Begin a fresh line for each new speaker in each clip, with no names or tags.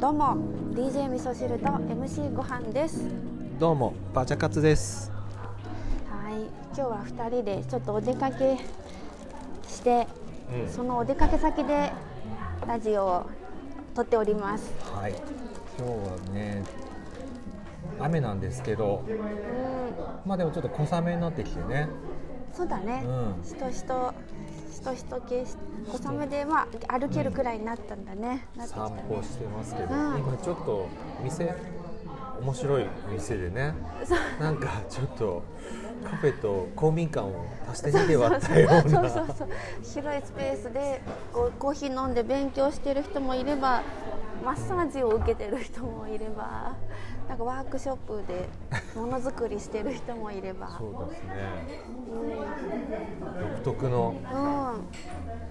どうも DJ 味噌汁と MC ご飯です
どうもバチャカツです
はい今日は2人でちょっとお出かけして、
うん
そのお出かけ先でラジオを撮っております
はい今日はね雨なんですけど
うん
まあでもちょっと小雨になってきてね
そうだね、
うん
しとしとしとしと系し小雨でまあ歩けるくらいになったんだね、なってきた
散
ね
歩してますけど、
うん
今ちょっと店面白い店でね
そう
なんかちょっとカフェと公民館を足して2で割ったよ
そ
う
うそう
な
そう広いスペースでこうコーヒー飲んで勉強してる人もいればマッサージを受けてる人もいれば なんかワークショップでものづくりしてる人もいれば
そうですね
う
独特
ん、う
の
ん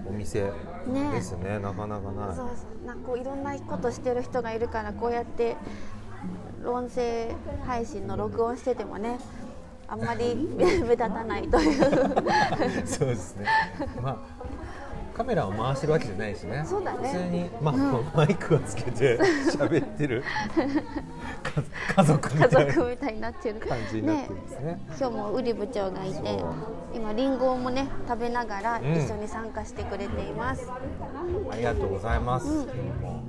お店
ね
ですねなかなかない
そうそうなんかこういろんなことしてる人がいるからこうやって音声配信の録音しててもねあんまり目立たないという
そうですね。まあカメラを回してるわけじゃないしね。
そうだね
普通にまあ、マイクをつけて喋って るか家族み
家
たいな
族みたいになってる
感じになってるんですね。
今日もウリ部長がいて
そう
今リンゴもね食べながら
うん
一緒に参加してくれています、
ありがとうございます。
うん
も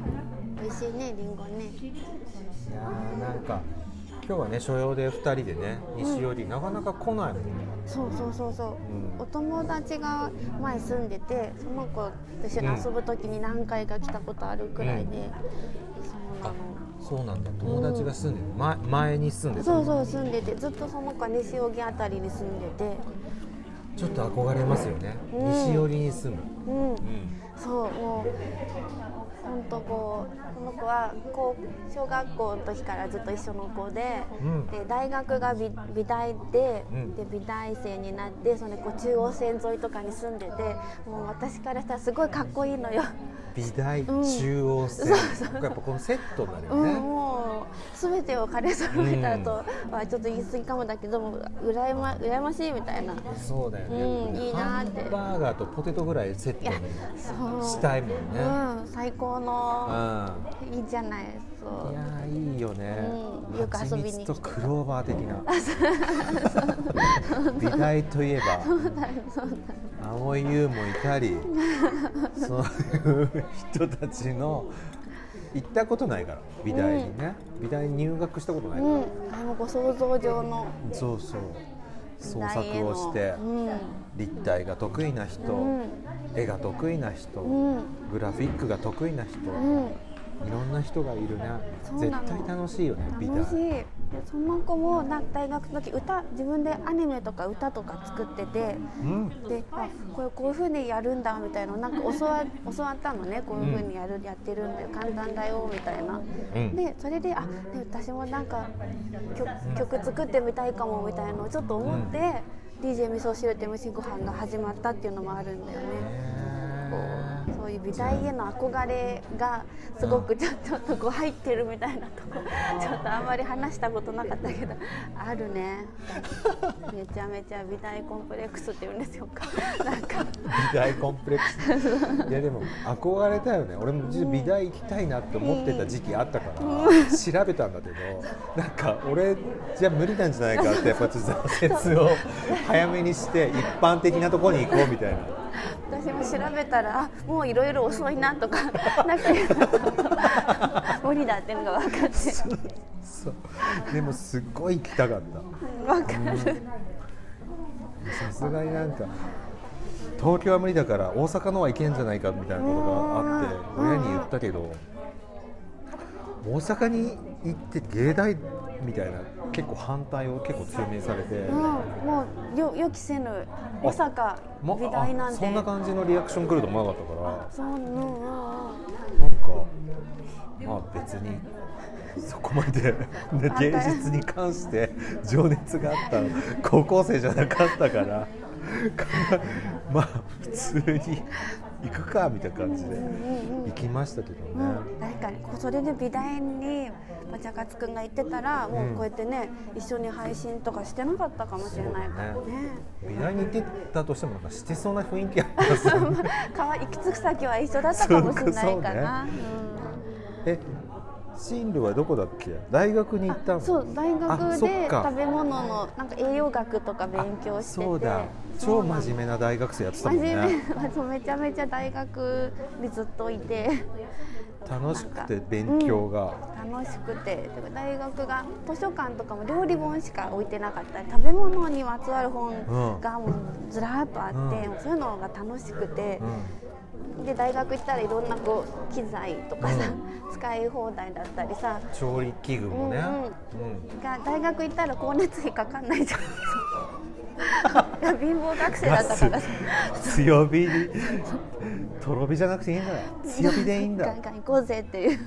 美味しいねリンゴね
ういやーなんか今日はね所用で二人でね西寄り、なかなか来ないもんね。
そうそうそうそう、
うん
お友達が前住んでてその子と一緒に遊ぶ時に何回か来たことあるくらいで、そうなの
そうなんだ。友達が住んでる、前前に住んでた。
そうそう住んでてずっとその子は西荻あたりに住んでて
ちょっと憧れますよね。
うん
西寄りに住
う
む。
ん
うん。
そうもう本当こうこの子はこう小学校の時からずっと一緒の子で,、
うん
で大学が美美大で,、
うん
で美大生になってそれこう中央線沿いとかに住んでてもう私からしたらすごいかっこいいのよ。
美大
うん
中央線、やっぱこのセットになる
う
よ
ん
ね。
もう全てを兼ね揃えたとはちょっと言い過ぎかもだけども羨ま羨ましいみたいな。
そうだよね、
うんいいなって
ハンバーガーとポテトぐらいセッ
いや
ト
そう
にしたいもんね、
うん、最高
うん
のいいじゃないそ
いうやーいいよね、
うんよく遊びに
蜂蜜とクローバー的な美大といえば蒼井優もいたりそういう人たちの行ったことないから美大にね、美大に入学したことないか
うん、あのご想像上の
ら、そうそう創作をして、
うん
立体が得意な人、
うん
絵が得意な人、
うん
グラフィックが得意な人、
うん
いろんな人がいるね
そう
絶
なの
対楽しいよね美大
楽しいでその子もな大学の時歌自分でアニメとか歌とか作ってて
うん
であこれこういう風にやるんだみたいななんか教わ 教わったのねこういう風にやる、やってるんだよ簡単だよみたいな、
うん
でそれであで私もなんか曲曲作ってみたいかもみたいなのをちょっと思って、DJ 味噌汁って虫ご飯が始まったっていうのもあるんだよね。
へー
そういう美大への憧れがすごくちょっとこう入ってるみたいなとこちょっとあんまり話したことなかったけどあるねめちゃめちゃ美大コンプレックスって言うんですよかなんか
美大コンプレ ックスいやでも憧れたよね俺も実は美大行きたいなって思ってた時期あったから、調べたんだけどなんか俺じゃ無理なんじゃないかってやっぱちょっと挫折を早めにして一般的なところに行こうみたいな。
私も調べたらあもういろいろ遅いなとかなんか無理だっていうのが分かって
そうでもすっごい行きたかった
分かる
さすがになんか東京は無理だから大阪のは行けんじゃないかみたいなことがあって
うん
親に言ったけど大阪に行って芸大みたいな結構反対を結構強めにされて、
うんもうよ予期せぬまさか
ま
美大なん
あ
て
そんな感じのリアクション来ると思わなかったから
そううんうんうん
なんかまあ別にそこまで芸術に関して情熱があった高校生じゃなかったから まあ普通に行くかみたいな感じで行きましたけど
う
ね。
ん、確かにこうそれで美大にバチャカツくんが行ってたらもうこうやってね、一緒に配信とかしてなかったかもしれないから
そうだ
ね
美大に行ってたとしてもなんかしてそうな雰囲気ありますよ ね
かわ行き着く先は一緒だったかもしれないかな
え進路はどこだっけ大学に行った
あ
の
そう大
あ
学
そ
で
っか
食べ物のなんか栄養学とか勉強してて
あそうだ
そ
超
うなの
真面目な大学生やってた
真
もん
面目
ね
そうめちゃめちゃ大学にずっといて
楽しくて勉強が、
楽しくてでも大学が図書館とかも料理本しか置いてなかったり食べ物にまつわる本がもうずらーっとあって、
う
そういうのが楽しくて
う、ん
で大学行ったらいろんなこう機材とかさ、
う
使い放題だったりさ
調理器具も
う
ね、うん
が大学行ったら光熱費かかんないじゃんいや貧乏学生だったからさ
強火にとろ火じゃなくていいんだ強火でいいん
ガ
だ
ンガン行こうぜっていう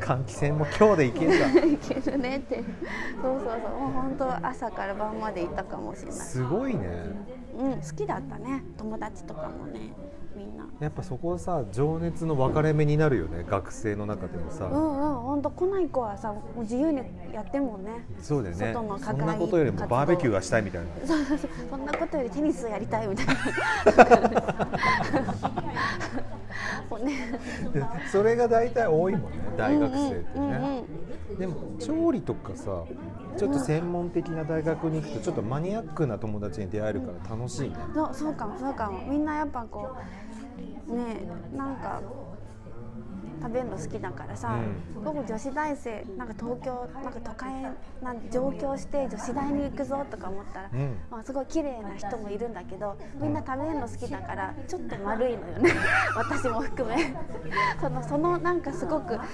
換気扇も今日でいけるん
いけるねってそうそうそうもう本当朝から晩までいたかもしれ
だ
ない、
すごいね
うん、好きだったね友達とかもねみんな
やっぱそこさ情熱の分かれ目になるよね学生の中でもさ、
うんうん本当来ない子はさもう自由にやってんもんね
そうだよね
外の課
そ
外
んなことよりもバーベキューがしたいみたいな
そうそうそうそんなことよりテニスやりたいみたいなもうね
でそれが大体多いもんね大学生って
うんうんうんう
ね
ん
でも調理とかさちょっと専門的な大学に行くとちょっとマニアックな友達に出会えるから楽しいね
そうそうかもそうかもみんなやっぱこうねえなんか食べるの好きだからさ、
う
僕女子大生なんか東京なんか都会なん上京して女子大に行くぞとか思ったら、
うん
まあ、すごい綺麗な人もいるんだけどみんな食べるの好きだからちょっと丸いのよね 私も含め そのそのなんかすごくあ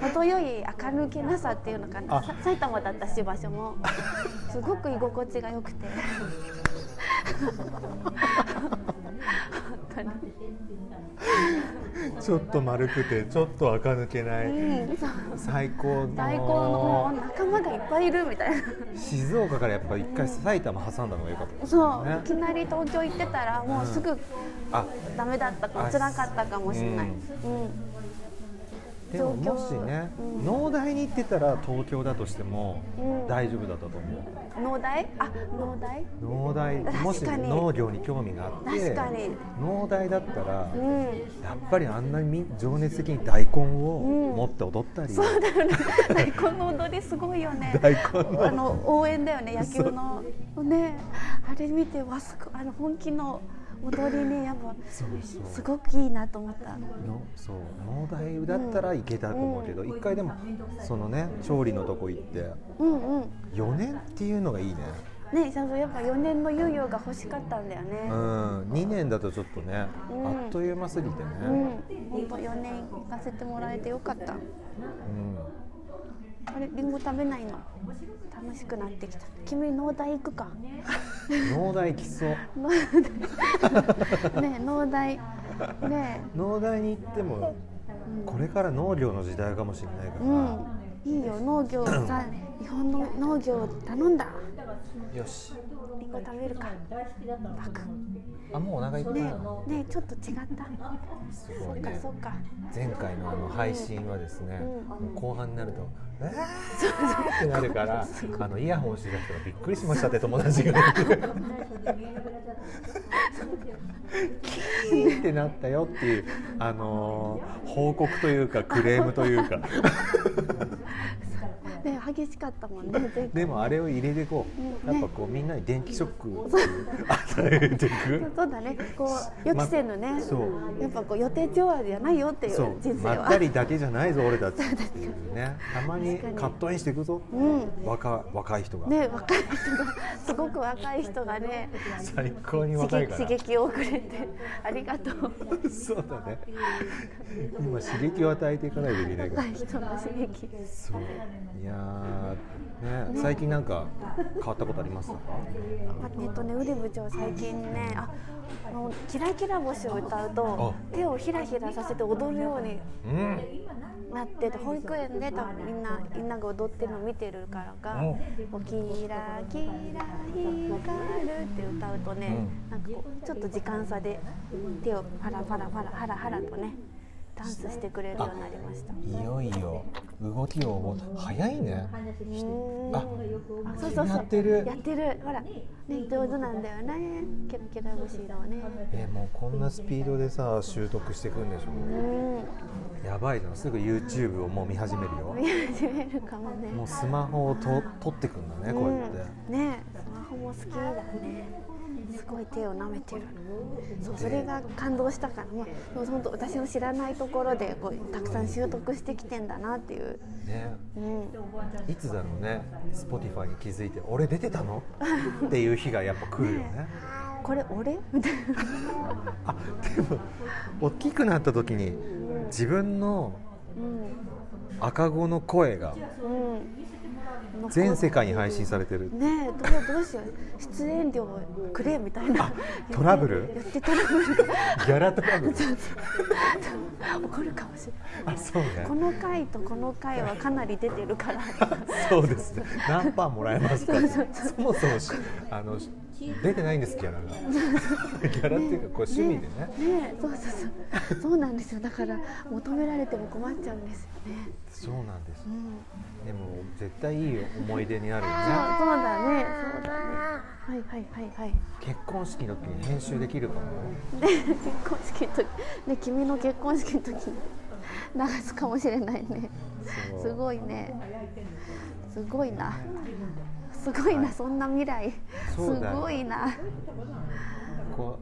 程よい明るけなさっていうのかな
あ
さ埼玉だったし場所 もすごく居心地が良く て。本当に
ちょっと丸くてちょっと垢抜けない、
うんそう
最高の
大根の仲間がいっぱいいるみたい
静岡からやっぱ一回埼玉挟んだのが良かった、
なそう、
ね
いきなり東京行ってたらもうすぐ
あ
ダメだったか
あ
も辛かったかもしれない、うん
でももしね、
うん
農大に行ってたら東京だとしても
うん
大丈夫だったと思
農大あ農大
う、農大
確かに
もし農業に興味があって
確かに
農大だったら、
うん
やっぱりあんなにみ情熱的に大根を持って踊ったり、
そうだよね大根の踊りすごいよね
大根の
あの応援だよね野球のねあれ見てわすごあの本気の踊りねやっぱ
そうそう
すごくいいなと思った
のそう農大だったらいけたと思うけど、一回でもそのね調理のとこ行って
うんうん
4年っていうのがいいね、
ねちゃんとやっぱ4年の猶予が欲しかったんだよね
う。ん、2年だとちょっとね、
うん
あっという間すぎてね、
う
うんん、
本当4年行かせてもらえてよかった。あれリンゴ食べないの。楽しくなってきた。君農大行くか。
農大来そう
農大 ねえ農大ね
農大に行ってもこれから農業の時代かもしれないか
えう
ら、
んいいよ農業 さ日本の農業頼んだ。
よし
リンゴ食べるか。バク。
あもうお腹いっぱい
ね
なの
えねえちょっと違った。
すご
そ
い
っか
ね
そっか。
前回のあの配信はですね、
うん
もう後半になると「えー!」ってなるからあのイヤホンしてた人がびっくりしましたって友達が言ってキーンってなったよっていう、あのー報告というかクレームというか
ねえ激しかったもんね。前回
でもあれを入れていこ
う
う
ん
やっぱこうみんなに電気ショックを与えていく。
そうだね、こう予期せぬね、
まそう
やっぱこう予定調和じゃないよっていう
そう
人生
ま
は。
ったりだけじゃないぞ俺たちっていうねたまに
確かに
カットインしていくぞ、
う
若若い人が、
ね、若い人が、すごく若い人がね、
最高に
刺
若い
激
から
刺激をくれて、ありがとう。
そうだね。今刺激を与えていかないといけないから
若。い人の刺激。
そう。いやーね最近なんか変わったことあります？
えっとね、ウリ部長最近ね、あ、あのキラキラ星を歌うと手をひらひらさせて踊るように
うん。
なってて保育園で多分みんなみんなが踊ってるの見てるからか
うん
「おキラキラ光る」って歌うとね、なんかこうちょっと時間差で手をパラパラパラハラハラとねダンスしてくれるようになりました
いよいよ動きを覚え早いねあ
あそうそうそう
やってる
やってるほらね上手なんだよねケラケラ節だわね
えもうこんなスピードでさ習得していくんでし
う
ょ
ん
やばいじゃんすぐ YouTube をもう見始めるよ
見始めるかもね
もうスマホをと撮ってくんだねこうやって、
うんねスマホも好きだねすごい手を舐めてるそうそれが感動したからまあでも本当私の知らないところでこうたくさん習得してきてんだなっていう、
ね
うん、
いつだろうね Spotify に気づいて「俺出てたの?」っていう日がやっぱ来るよね
これ俺みたいな
あでも大きくなった時に自分の
うん
赤子の声
う
が
ん
全世界に配信されてる
ねえどうどうしよう出演料くれみたいな
トラブル
言ってトラブルが
ギャラトラブル
怒るかもしれない
あそうね
この回とこの回はかなり出てるから
そうですね何パーもらえますか
そうそうそ
そもそもしあのし出てないんですギャラがギャラっていうかこう趣味でね
ねえそうそうそうそうなんですよだから求められても困っちゃうんですよね、
そうなんです
うん、
でも絶対いい思い出になるよ
そう
ね
そうだねそうだねはいはいはいはい
結婚式の時に編集できるかもね
で 結婚式の時で君の結婚式の時に流すかもしれないね
そう
すごいねすごいなすごいなそんな未来す
そうだよ
ごいな
こ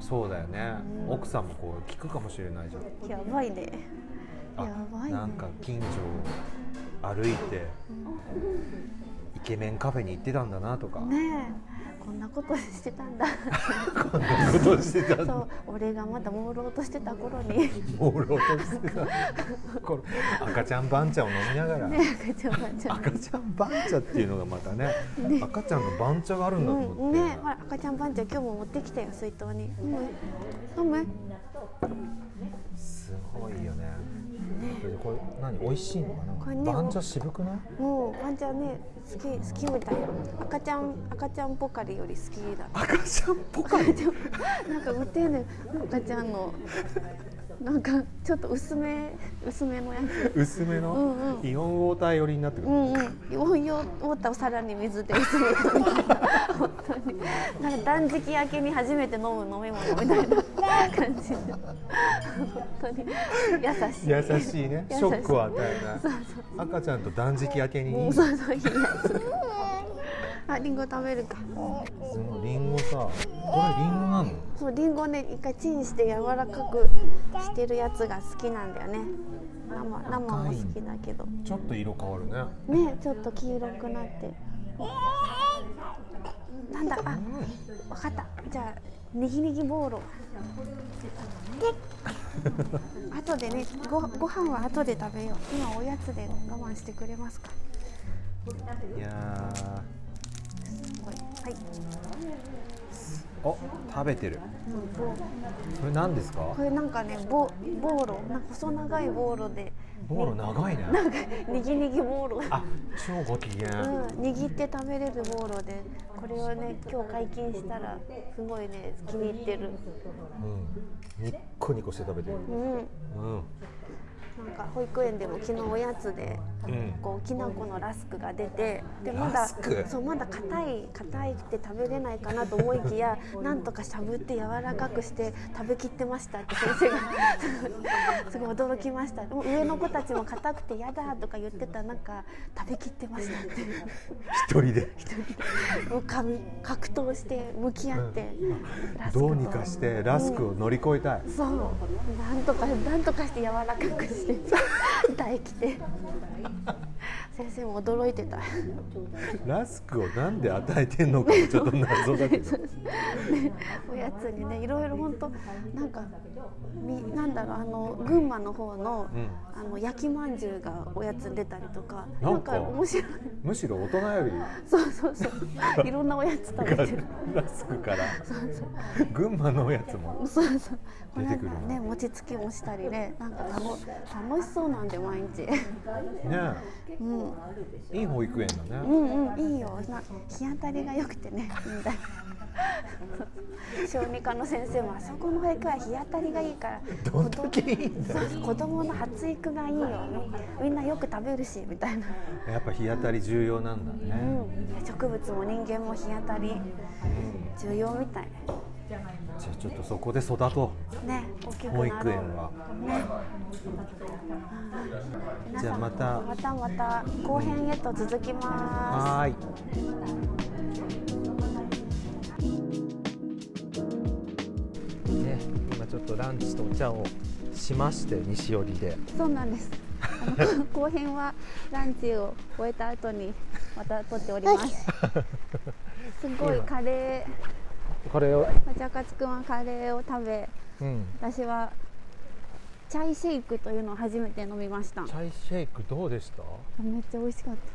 うそうだよね、奥さんもこう聞くかもしれないじゃん
やばいね
あ
やばいね
なんか近所を歩いて、イケメンカフェに行ってたんだなとか、
ねえこんなことしてたんだ
こんなことしてたん
そ
だ
う俺がまだ朦朧としてた頃に
朦朧としてたこれ赤ちゃん番茶を飲みながら、
ねえ赤ちゃん赤ちゃん
赤ちゃん番茶っていうのがまたね赤ちゃんの番茶があるんだと
う
思っ
ん、
て、
ねえほら赤ちゃん番茶今日も持ってきたよ水筒に飲む飲む
すごいよねこれ何美味しいのか
こ
な、
れね
番茶渋くない
もうワンちゃんね好き好きみたい赤ちゃん赤ちゃんポカリより好きだ
赤ちゃんっぽか
でもなんか無丁寧赤ちゃんのなんかちょっと薄め薄めのやつ
薄めの、
うんうん
イオンウォーター寄りになってくる、
うんうん温用ウォーターをさらに水で薄めたみたいな本当になんか断食明けに初めて飲む飲み物みたいな感じで本当に優しい
優しいね
優
ショックを与えない赤ちゃんと断食明けにい
も
いうそ
そうそういいやつあリンゴ食べるか
のリンゴさこれリンゴなの
そうリンゴね一回チンして柔らかくしてるやつが好きなんだよね生生も好きだけど
ちょっと色変わるね
ねちょっと黄色くなってなんだあわかったじゃあにぎにぎボーロで後でねごご飯は後で食べよう今おやつで我慢してくれますか
いや
これはい
ーお食べてるこれ何ですか
これなんかねボボーロなんか細長いボーロで
ボール長いね
にぎにぎボーロ
あ超ご機嫌、
うん、握って食べれるボーロでこれをね今日解禁したらすごいね気に入ってる
うん、ニッコニコして食べてる
うん
うんうん
なんか保育園でも昨日おやつでこうきな粉のラスクが出てでま
ラ
だ
スク
そうまだ硬い硬いって食べれないかなと思いきやなんとかしゃぶって柔らかくして食べきってましたって先生 がすごい驚きましたでも上の子たちも硬くて嫌だとか言ってた中食べきってましたって。
一人で
もうか格闘して向き合って、ラスクと
どうにかしてラスクを乗り越えたい、
そうなんとかなんとかして柔らかくして 唾液で先生も驚いてた
ラスクをなんで与えてんのかもちょっと謎だけど
おやつにねいろいろ本当なんかみなんだろうあの群馬の方の、
う
あの焼きまんじゅうがおやつに出たりとかな
なんん
か
か
面白い
むしろ大人より
そうそう そういろんなおやつ食べてる
ラスクから群馬のおやつも
そうそう。こ
出
な
て
ん
く
か
るの
ね餅つきもしたりね、なんか楽楽しそうなんで毎日。
ね
うん
いい保育園だ
う
ね、
んうんいいよな日当たりが良くてねみたいな小児科の先生もあそこの保育園は日当たりがいいから
どんだけいいんだよ
子供の発育がいいよみんなよく食べるしみたいな、
やっぱ日当たり重要なんだね、
うん、植物も人間も日当たり重要みたい
じゃあちょっとそこで育と
ね大きく
う
なろう
保育園は
皆
じゃ
さ
あ
ん
また
またまた後編へと続きます
はーいね、今ちょっとランチとお茶をしまして西寄りで
そうなんです。あの後編はランチを終えた後にまた撮っております。すごいカレ
これを、
ー、ジャカツくんはカレーを食べ、
うん、
私はチャイシェイクというのを初めて飲みました。
チャイシェイクどうでした
めっちゃ美味しか った。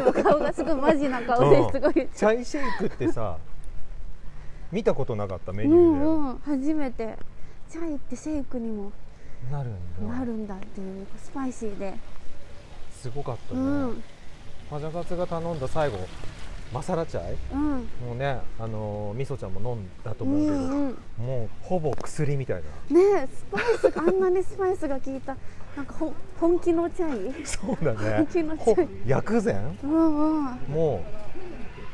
今顔がすごいマジな顔
う
で
ん
すごい。
チャイシェイクってさ見たことなかったメ
う
ニュー
ん
で、
うん初めてチャイってシェイクにも
なるんだ
なるんだっていうスパイシーで、
すごかった
う
ね、
ん
パジャカツが頼んだ最後マサラチャイ
うん
もうねあのーみそちゃんも飲んだと
う
思うけど、
んうん。
もうほぼ薬みたい な
ねえスパイスがあんなにスパイスが効いたなんかほ本気のチャイ
そうだね
本気の
ほ
チャイ
薬膳
うんうん
も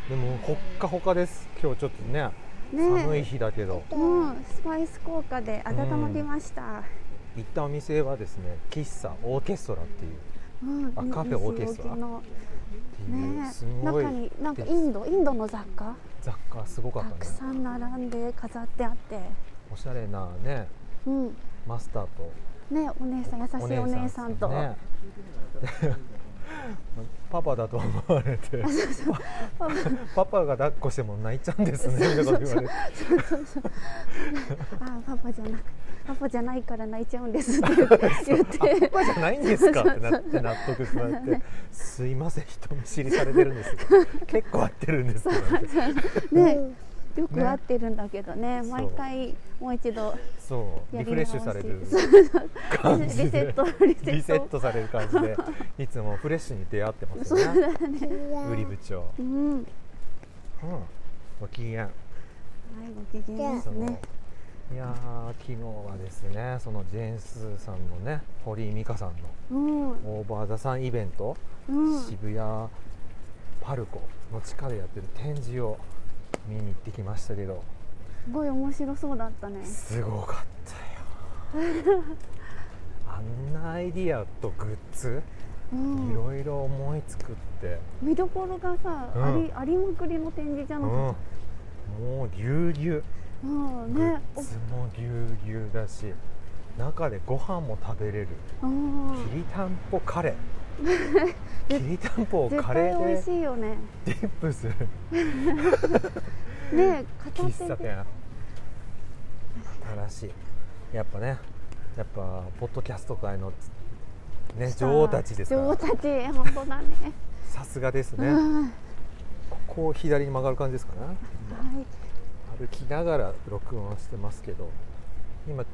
うでもほっかほかです今日ちょっとね
ねえ
寒い日だけど
うんスパイス効果で温まりました、
行ったお店はですね喫茶オーケストラっていう
うん
あカフェオーケストラ
水置きの
っていう
ね
す
え
ごい
中になんかインドインドの雑貨
雑貨すごか
た
った
く
ね
さん並んで飾ってあって
おしゃれなね
うん
マスターと
ねえお姉さん優しいお姉さんと、
ね パパだと思われて
パパ
パパが抱っこしても泣いちゃうんですねとか言われて
あパパじゃなくパパじゃないから泣いちゃうんですって言 って言って
パパじゃないんですかってなって納得されてすいません人見知りされてるんで すけど結構合ってるんですけどって
ねえよく合ってるんだけどね
そう
毎回もう一度
そう
やり
リフレッシュさ れる
直し
感じ
リ
で
セット リセット
リセットされる感じでいつもフレッシュに出会ってますよね 売り部長、うん、
うん
ご機嫌
はい、ご機嫌です
そう
ね。
いやー昨日はですねそのジェーンスーさんのね堀井美香さん
うん、うん、
のオーバーザさんイベント、渋谷パルコの地下でやってる展示を見に行ってきましたけど
すごい面白そうだったね。
すごかったよ あんなアイディアとグッズ
うん
い、ろいろ思いつくって、
見どころがさ、
うん
あり、ありまくりの展示じゃ
うん
なかっ
もうぎゅうぎゅう
た。うん、
グッ
ね、お
ズもぎゅうぎゅうだし中でご飯も食べれる
うん
き、りたんぽカレー
絶
きりたんぽを
絶
カレ
対美味
ー
し
で
いよね。
ディップする
ね、片
喫
手
茶
で。
店新しいやっぱねやっぱポッドキャスト界のね女王たちですか
女王
ら
たち、本当だね。
さすがですね、
うん、は
ここを左に曲がる感じですかね
い。
歩きながら録音してますけど今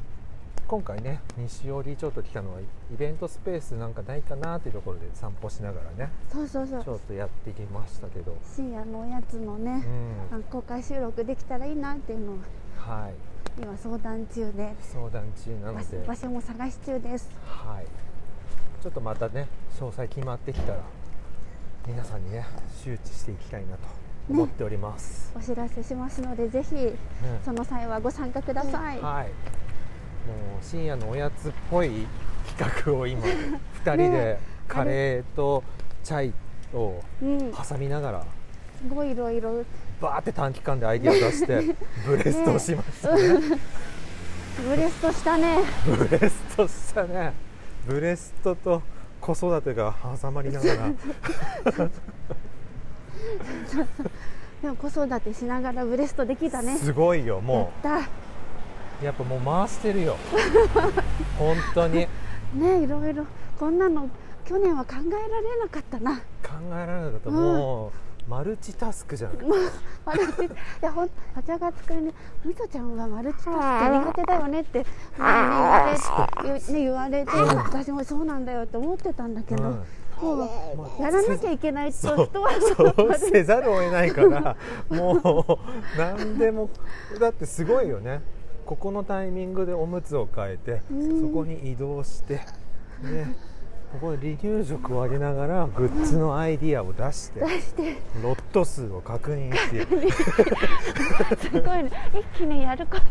今回ね西寄りちょっと来たのはイベントスペースなんかないかなっていうところで散歩しながらね
そうそうそ
ちょ
う。
っとやってきましたけど
深夜のおやつの
う
ね、
ん
あ公開収録できたらいいなっていうのを
はい
今相談中で。
相談中なの
場所
で
場所も探し中です。
はいちょっとまたね詳細決まってきたら皆さんにね周知していきたいなと思っております、
お知らせしますのでぜひ
うん
その際はご参加ください。
はい、もう深夜のおやつっぽい企画を今2人で
ね
カレーとチャイを
うん、す
挟みながら
ごいいろいろ
バーって短期間でアイディアを出してブレストしましたね
ブレストしたね。
ブレストしたねブレストと子育てが挟まりながら
でも子育てしながらブレストできたね。
すごいよも
だ
うやっぱもう回して るよ本当に
ねいろいろこんなの去年は考えられなかったな。
考えられなかったもマルチタスクじゃん
もうマルチいやほん立ち上がってくれねみそちゃんはマルチタスク苦手だよねって前に言って言,、ね、言われて私もそうなんだよって思ってたんだけど、
うん
もうやらなきゃいけないと
そう
人は
そうせざるを得ないからもう何でもだってすごいよねここのタイミングでおむつを変えてそこに移動して、ね、ここで離乳食をあげながらグッズのアイディアを出して
して
ロット数を確認して いう
すごいね一気にやること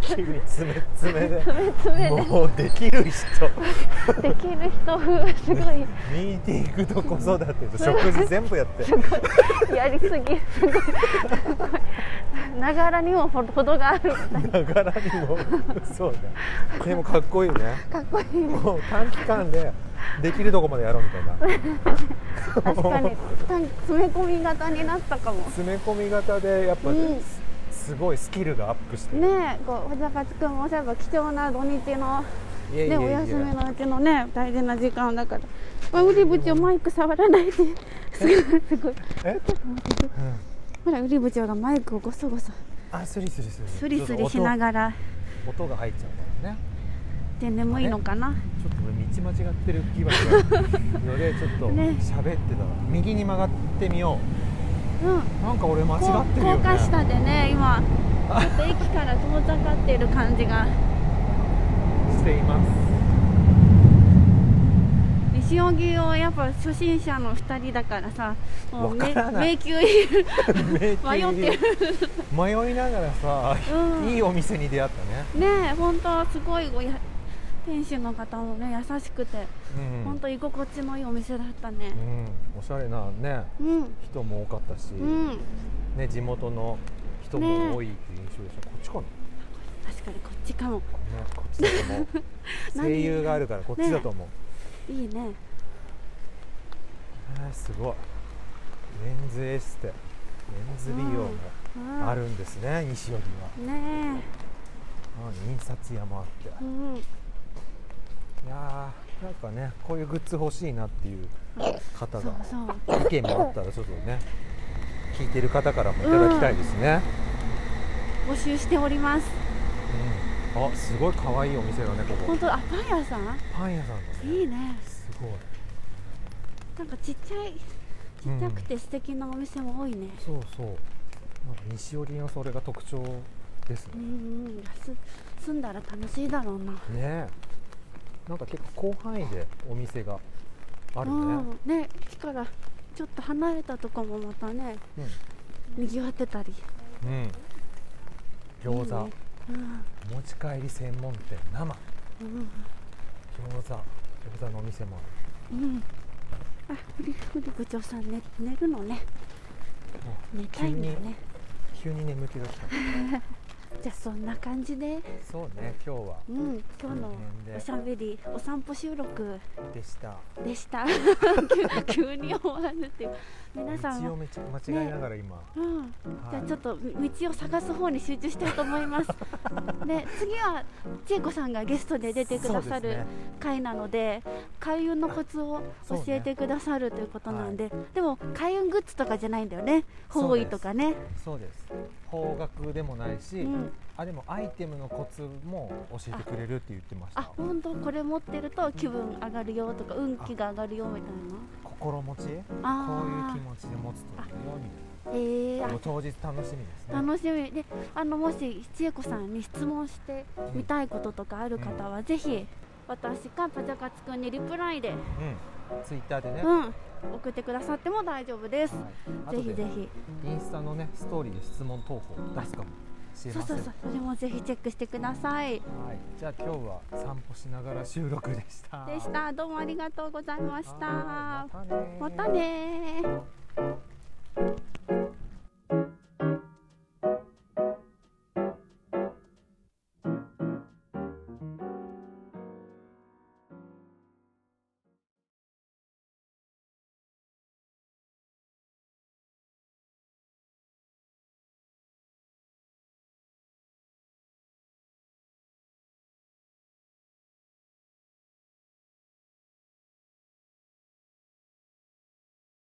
急に詰め詰めで
詰め詰めで
もうできる人
できる人風すご
ミーティングと子育てと食事全部やって
いやりすぎすごいながらにもほどがある
ながらにもそうねでもかっこいいね
かっこいい
もう短期間でできるとこまでやろうみたいな
確かに単詰め込み型になったかも
詰め込み型でやっぱ、
うん
すすごいスキルがアップして る
ねえこうわざわざくんもそういえば貴重な土日の
いやいや
ね
い
お
や
休みのうちのね大事な時間だからまあウリブチをマイク触らないで すごいすごい
え、うん
ほらウリブチがマイクをごそごそ
あスリスリする
スリスリしながら
音音が入っちゃうからね
で眠いのかな
ちょっと俺道間違ってる気がするのでちょっと
ね
喋ってたら、右に曲がってみよ
うん
うなんか俺間違って
こう
るよ
高架
ね
下でね 今ちょっと駅から遠ざかっている感じが
しています
西荻をやっぱ初心者の2人だからさもうめ
わからない
迷宮入り
迷
迷ってる
迷いながらさ、
うん
いいお店に出会ったね
ねえ本当すごいごや店主の方もね優しくて、
うん
本当居心地のいいお店だったね
うん、おしゃれなね
うん
人も多かったし、
うん、
ね地元の人も多いっていう印象でした、こっちかな
確かにこっちかも
ねこっちだと思う
何
声優があるからこっちだと思う、
いいね
えーすごいメンズエステメンズ美容も
うん
あるんですね、西荻は、
ね
うん、印刷屋もあって、
えうん
いやーなんかねこういうグッズ欲しいなっていう方
そう
が
そう
意見もあったらちょっとね聞いてる方からもいただきたいですね、
募集しております
うんあすごい可愛いお店だねここ
本当あパン屋さん
パン屋さんだね
いいね
すごい
なんかちっちゃいちっちゃくて素敵なお店も多いね
そうそうなんか西寄りのそれが特徴です
う
ね
ん、うん安住んだら楽しいだろうな
ねえなんか結構広範囲でお店があるね、
うんね駅からちょっと離れたとこもまたね賑わってたり
うん、餃子
いいねうん
持ち帰り専門店生
うん
餃子餃子のお店もあ
うんあフリフリ部長さん、ね、寝るのね寝たいんだよ
急に
ね
る急に眠気がきた
じゃあそんな感じで
そうね今日は
うん今日の
この辺で
おしゃべりお散歩収録
でした
でした 急急に終わるっていう皆さん
道
も
をめちゃ間違いながら今、
うんじゃあちょっと道を探す方に集中したいと思い ます。で次は千恵子さんがゲストで出てくださ
そうです
る
ね
回なので開運のコツを教えてくださるということなんで、でも開運グッズとかじゃないんだよね方位とかね
そうです方角でもないし、
うん
あでもアイテムのコツも教えてくれるって言ってました
あ本当これ持ってると気分上がるよとか運気が上がるよみたい
心持ちこういう
なあ
気持ちで持つといいよみ
あええ
たいな
ー
もう当日楽しみですね
あ楽しみであのもし千恵子さんに質問してみたいこととかある方はぜひ私かパチャカツくんにリプライで
うんツイッターでね、はい
うん、送ってくださっても大丈夫です。ぜひぜひ。
ひインスタのねストーリーで質問投稿出すかもしれ
そう
ませ
そ
ん
うそう、それもぜひチェックしてください。
はいじゃあ今日は散歩しながら収録でした
でした。どうもありがとうございまし
はい
た。
またね
またねー